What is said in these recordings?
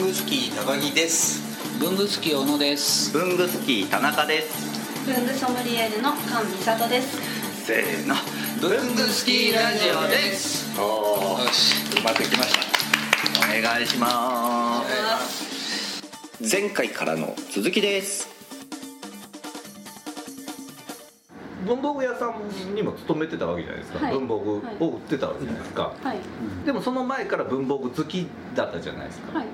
グスキー高木です文具好き小野です文具スキー田中です文具ソムリエールの菅美里です。せーの文具スキーラジオですおーしうまくいきましたお願いします前回からの続きです文房具屋さんにも勤めてたわけじゃないですか、はい文房具を売ってたわけじゃないですか、はい。でもその前から文房具好きだったじゃないですか、はい。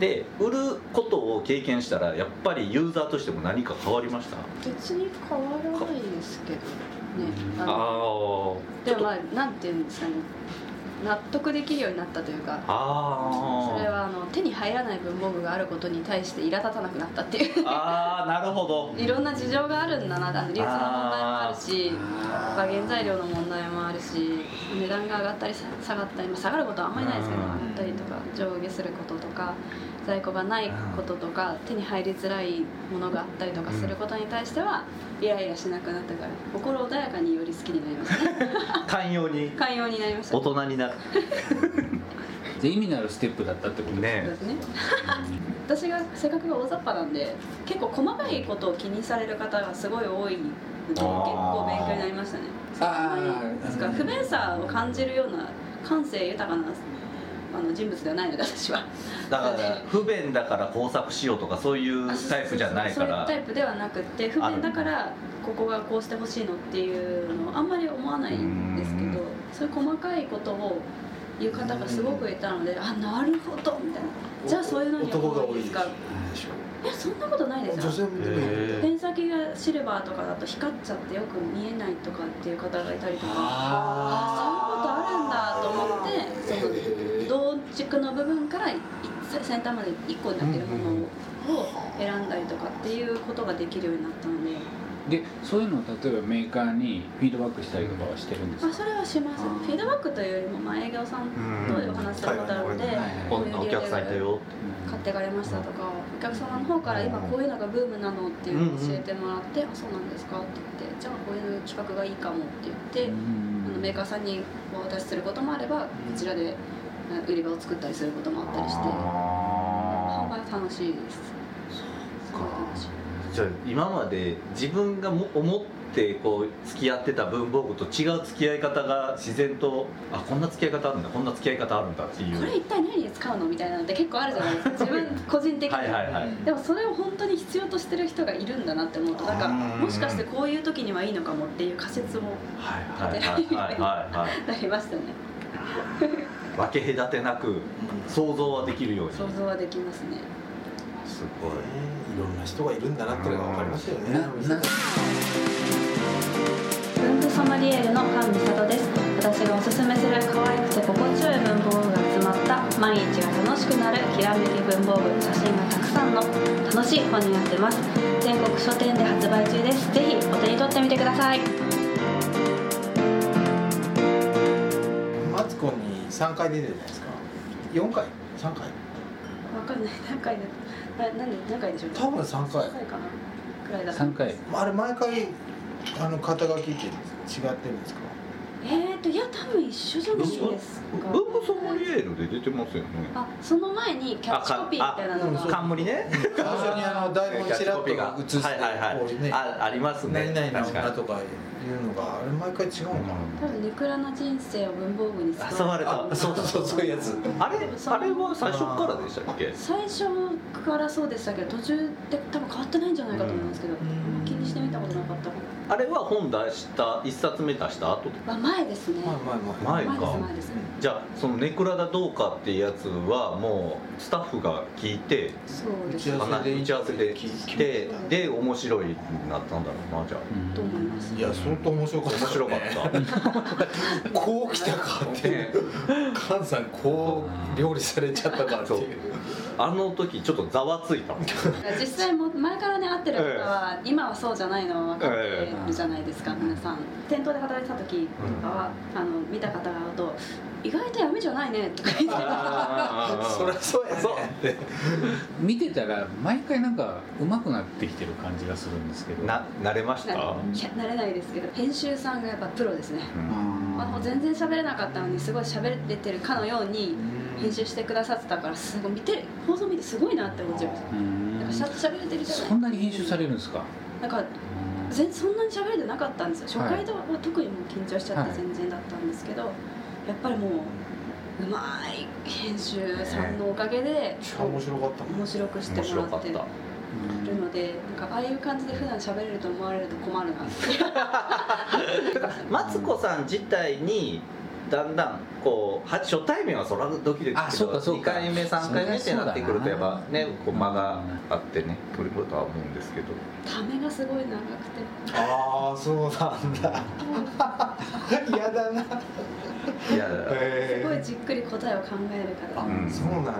で売ることを経験したらやっぱりユーザーとしても何か変わりました別に変わらないですけどね。あのあでもまあなんていうんですかね。納得できるようになったというか。それあはあの手に入らない文房具があることに対して苛立たなくなったっていうーあーなるほどいろんな事情があるんだなあの流通の問題もあるしあまあ原材料の問題もあるし値段が上がったりさ下がったり、まあ、下がることはあんまりないですけどうん上がったりとか上下することとか在庫がないこととか手に入りづらいものがあったりとかすることに対してはイライラしなくなったから心穏やかにより好きになり ましたね寛容に寛容になりました大人になるで意味のあるステップだったってことそうねですね私が性格が大雑把なんで結構細かいことを気にされる方がすごい多いので結構勉強になりましたねあーですから不便さを感じるような感性豊かなあの人物ではないので私はだから不便だから工作しようとかそういうタイプじゃないからあそうそうそうそういうタイプではなくて不便だからここがこうしてほしいのっていうのをあんまり思わないんですけどうそういう細かいことを言う方がすごくいたのであなるほどみたいなじゃあそういうのには男がど多ういでですしかいやそんなことないですょ女性よもねペン先がシルバーとかだと光っちゃってよく見えないとかっていう方がいたりとかあそういうことあるんだと思ってそのへー同軸の部分からい先端まで1個になってるものを選んだりとかっていうことができるようになったので、でそういうのを例えばメーカーにフィードバックしたりとかはしてるんですまあ、かそれはしますあーフィードバックというよりも、まあ、営業さんとお話ししたことあるのでうんはいはいこんなお客さんいたよ買ってかれましたとかお客様の方から今こういうのがブームなのっていうのを教えてもらって「あそうなんですか」って言って「じゃあこういう企画がいいかも」って言ってあのメーカーさんにお渡しすることもあればこちらであ売り場を作ったりすることもあったりして販売楽しいですすごい楽しいじゃあ今まで自分がも思ってこう付き合ってた文房具と違う付き合い方が自然とあこんな付き合い方あるんだこんな付き合い方あるんだっていうこれ一体何に使うのみたいなのって結構あるじゃない ですか自分個人的に、はいはいはい、でもそれを本当に必要としてる人がいるんだなって思うとなんかうんもしかしてこういう時にはいいのかもっていう仮説も はいはいはいはいはいはなりましたねい分け隔てなく想像はできるように想像はできますねすごいいろんな人がいるんだなってのが分かりますよね。文具ソムリエールの菅美里です私がおすすめする可愛くて心地よい文房具が詰まった毎日が楽しくなるきらめき文房具写真がたくさんの楽しい本になってます全国書店で発売中ですぜひお手に取ってみてくださいマツコに3回出てるじゃないですか。4回 ?3 回わかんない何回だななんで何回でしょう多分3回何。回かなくらいだと3回あれ毎回あの肩書きって違ってるんですかえーといや多分一緒じゃないですか文具ソムリエールで出てますよねあその前にキャッチコピーみたいなのあかが冠ね最初にあの台本にちらっと映してはいはいはいこうねあありますね何々の確か女にとかいうのがあれ毎回違うのか多分ネクラな人生を文房具にあ使誘わうれたなそうそうそういうやつあれあれは最初からでしたっけ最初からそうでしたけど途中で多分変わってないんじゃないかと思うんですけど、ん気にしてみたことなかったかあれは本出した一冊目出した後ら、まあ、前ですね前前前前前ですか前ですじゃあそのネクラだどうかってやつはもうスタッフが聞いてそう打ですちね合わせで打ち合わせで聞いて聞いてで面白いになったんだろうなじゃあうんと思いますいや相当面白かった面白かっ た、こう来たかっていう菅さんこう料理されちゃったかっていうあの時ちょっとざわついたも ん実際も前からね会ってる方は、今はそうじゃないのは分かってええるじゃないですか、皆さん店頭で働いてた時とかは、あの見た方が会うと「意外と闇じゃないね」とか言ってそりゃそうやねそう見てたら毎回なんか上手くなってきてる感じがするんですけど な慣れましたなないや なれないですけど編集さんがやっぱプロですね、うんまあ、もう全然喋れなかったのにすごい喋れてるかのように編集してくださってたからすごい見てる放送見てすごいなって思っちゃいましたなんかちゃんと喋れてるじゃないそんなに編集されるんですかなんか全そんなに喋れてなかったんですよはい初回とは特にもう緊張しちゃっはいて全然だったんですけど、やっぱりもううまい編集さんのおかげでちゃ面白かった面白くして面白もからっってるたのでなんかああいう感じで普段喋れると思われると困るなってだからマツコさん自体にだんだんこうは初対面はそらドキドキあそうかそう2か回目3回目ってなってくるとそりやゃっそうだなぱねこう間があってね来ることは思うんですけどためがすごい長くてああそうなんだ嫌だないやすへごいえじっくり答えを考える方あだうんそうなんだ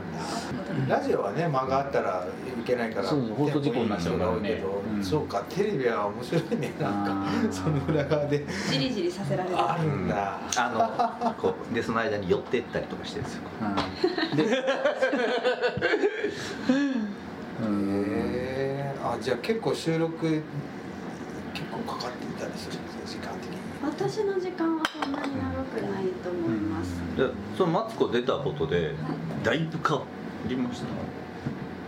ラジオはね間があったらいけないからそうそう放送事故になっちゃうからねテンポいい人が多いけどうんそうかテレビは面白いねなんかあーその裏側でじりじりさせられるあるんだあのこうでその間に寄ってったりとかしてるんですよ うんでうんへえあじゃあ結構収録結構かかっていたりするんですよ時間的に私の時間はそんなに長くないと思います、でそのマツコ出たことではいだいぶ変わりました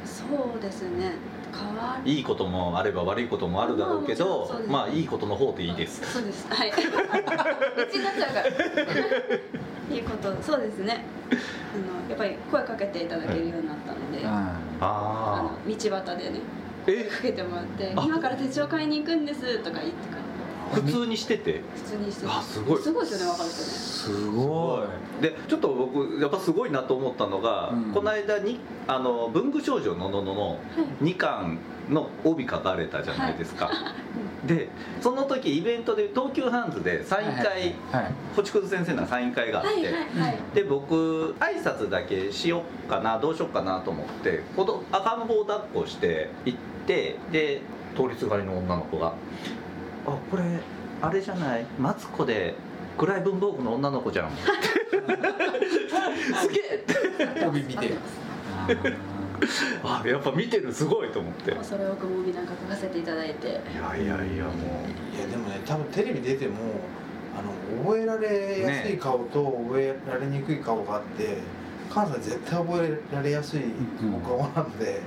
そうですね変わりいいこともあれば悪いこともあるだろうけまあもちろんそうどですまあいいことの方でいいですそうですはいうちになっちゃうからいいことそうですねあのやっぱり声かけていただけるようになったので、あああの道端であねえかけてもらって「あ今から手帳買いに行くんです」とか言ってから普通にしてて普通にしてあすごいすごいですよね分かる人ねすごいでちょっと僕やっぱすごいなと思ったのが、うんこの間にあの文具少女のののの2巻の帯書かれたじゃないですか、 でその時イベントで東急ハンズでサイン会、はい星屑先生のサイン会があっはて、いはいはいで僕挨拶だけしよっかなどうしよっかなと思って子ど赤ん坊を抱っこして行ってで通りすがりの女の子が「あこれあれじゃないマツコで暗い文房具の女の子じゃん」 すげえ 帯見てるあーあやっぱ見てるすごいと思っていまあそれをごもみなんか書かせていただいてやいやいやもいやでもね多分テレビ出てもあの覚えられやすい顔と覚えられにくい顔があって、関西絶対覚えられやすいお顔なので、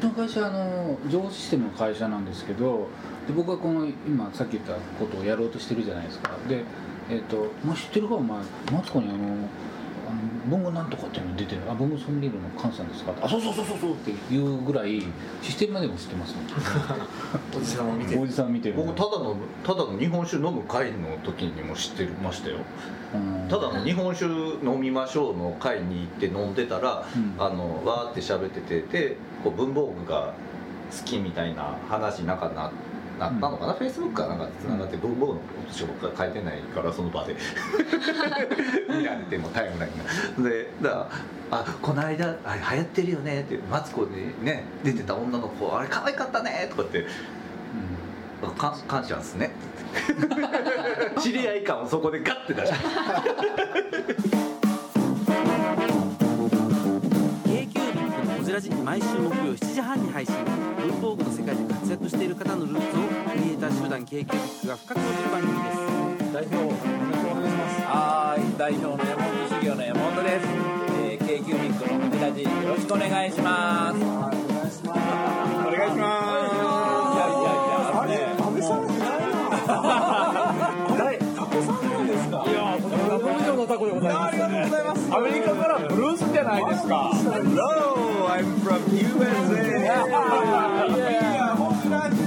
うちの会社あの情報システムの会社なんですけどで僕はこの今さっき言ったことをやろうとしてるじゃないですかでえっ、とまあ知ってるかお前マツコにあのあの文具なんとかっていうの出てるあ文具ソムリエールの菅さんですかあそうそうそうそうそうっていうぐらいシステムまでも知ってますうん、おじさんを見ておるじさん見てる僕ただのただの日本酒飲む会の時にも知ってましたようんただの日本酒飲みましょうの会に行って飲んでたらうんあのわーって喋っててでこう文房具が好きみたいな話なんかななったのかな、フェイスブックかなんかつながって文房具のことしか書いてないからその場で見られてもタイムラインがでだから「あこの間あれ流行ってるよね」って「マツコにね出てた女の子あれ可愛かったね」とかって「あか感謝っすね」 知り合い感をそこでガッて出して k q b のこじらじ毎週木曜7時半に配信文房具の世界で活躍している方のルーツをクリエイター集団 k q b が深く落ちる番組です代表お願いしますはーい代表の山本修行の山本です、えー、k q ミックのこじらじよろしくお願いしますお願いしますお願いしますいやいやいやあれ食べされてないなタコさんなんですかいやこれは本のタコでございますありがとうございますアメリカからブルースじゃないですか Hello I'm from USA いやこじらじ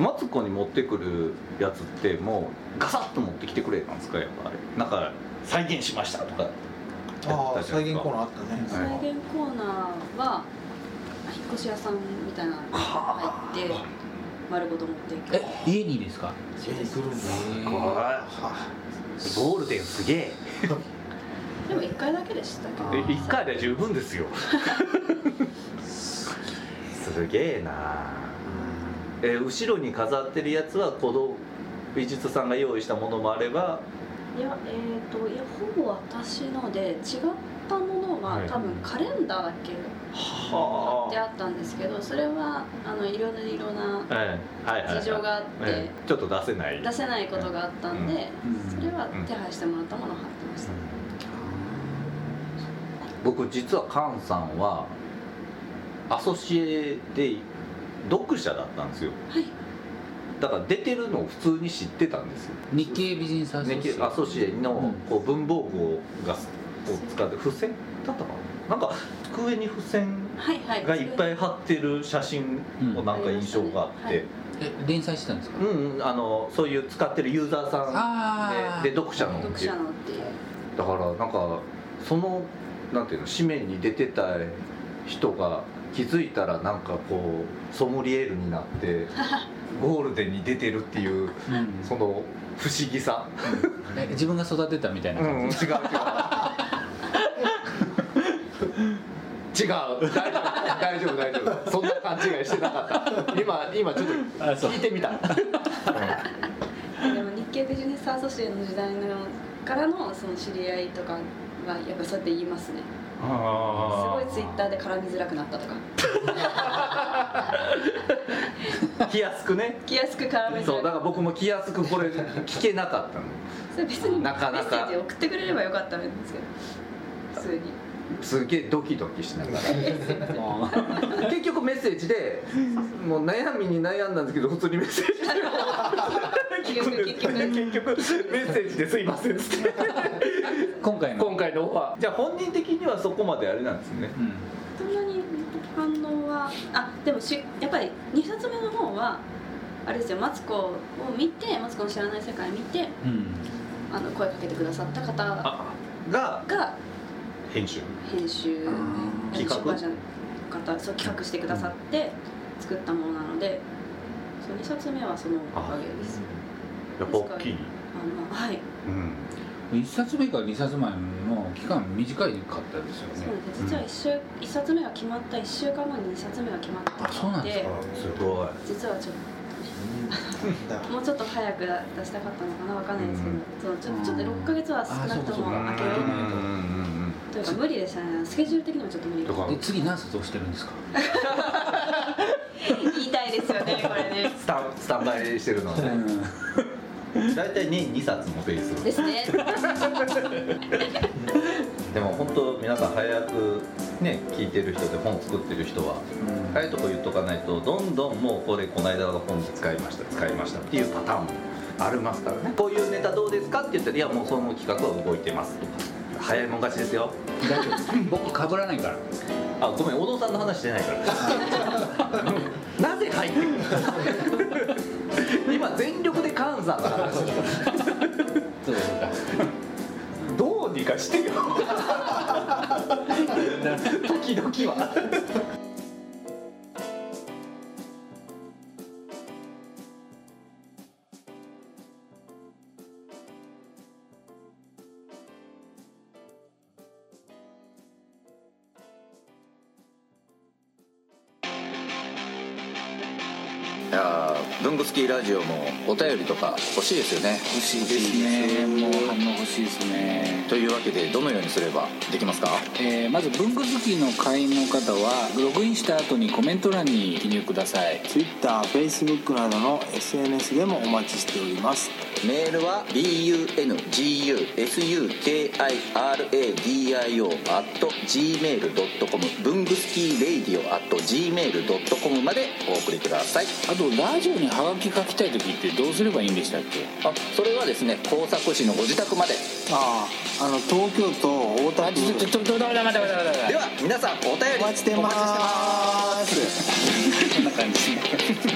マツコに持ってくるやつってもうガサッと持ってきてくれたんですかやっぱあれなんか再現しましたとかああ再現コーナーあっはたいね、再現コーナーは引っ越し屋さんみたいなのが入って丸ごと持っていくえ家にですか家に来るんだゴールデンすげえでも1回だけでしたけど1回で十分ですよすげえなえー後ろに飾ってるやつはこの美術さんが用意したものもあればいやえっ、といやほぼ私ので違ったものが多分カレンダーだっけはであったんですけどそれはあのいろいろなあはいはいはい事情があってええちょっと出せない出せないことがあったんでうんそれは手配してもらったものを貼ってました僕実はカンさんはアソシエで読者だったんですよはいだから出てるのを普通に知ってたんですよ日経美人さんねアソシエのこう文房具をがすを使って付箋だったかななんか机に付箋はいはいがいっぱい貼ってる写真のなんか印象があって、え連載してたんですかうんうんあのそういう使ってるユーザーさあんあでで読者のって読いう者のっていうだからなんかそのなんていうの紙面に出てた人が気づいたらなんかこうソムリエールになってゴールデンに出てるっていううんその不思議さ、え自分が育てたみたいな感違う違う違う大丈夫大丈夫大丈夫そんな勘違いしてなかった今今ちょっと聞いてみたでも日経ビジネスアソシエの時代のからのその知り合いとかはやっぱそうやって言いますねすごいツイッターで絡みづらくなったとか気安くね気安く絡めづそうだらからく僕も気安くこれ聞けなかったのそれ別にメなかなッかセージ送ってくれればよかったんですけど 普通にすげえドキドキしながじあーら結局メッセージでもう悩みに悩んだんですけど普通にメッセージ結局結局結局メッセージですいませんっつって今回の今回のオファー じゃあ本人的にはそこまであれなんですねうんそんなに反応はあでもしやっぱり2冊目の方はあれですよマツコを見てマツコの知らない世界見てうんあの声かけてくださった方あがが編集編集あー出版社の方そう企画してくださって作ったものなのでそう2冊目はそのおかげですやっぱ大きい、あのはいうん、 1冊目から2冊前の期間短いかったですよそうねです実は 1, 週一冊目が決まった1週間後に2冊目が決まったあそうなんですかすごい実はちょっだともうちょっと早く出したかったのかなわかんないですけど、そのちょちょっと6ヶ月は少なくともあー空けそうかそうかるというか無理でしたねスケジュール的にもちょっと無理だからで次何冊押してるんですか 言いたいですよねこれねスタンスタンバイしてるのでう大体年2冊もペースですねでも本当皆さん早くね聞いてる人で本作ってる人はん早いとこ言っとかないとどんどんもうこれこの間の本使いました使いましたっていうパターンもありますからねこういうネタどうですかって言ったらいやもうその企画は動いてますとか早いもん勝ちですよ大丈夫僕かぶらないからあごめん小野さんの話してないから なぜ入ってくる今全力で菅さんの話 そうですかどうに かしてよ時々はいやー文具好きラジオもお便りとか欲しいですよね欲しいですねもう反応欲しいですねというわけでどのようにすればできますかえーまず文具好きの会員の方はログインした後にコメント欄に記入ください TwitterFacebook などの SNS でもお待ちしておりますメールは bungusukiradio.gmail.com 文具スキーレイディオ .gmail.com までお送りくださいあとラジオにハガキ書きたい時ってどうすればいいんでしたっけあそれはですね工作士のご自宅まであああの東京都大田区ちょっとちょっと待って待って待って待ってでは皆さんお便りお待ちしてますお待ちしてますこんな感じ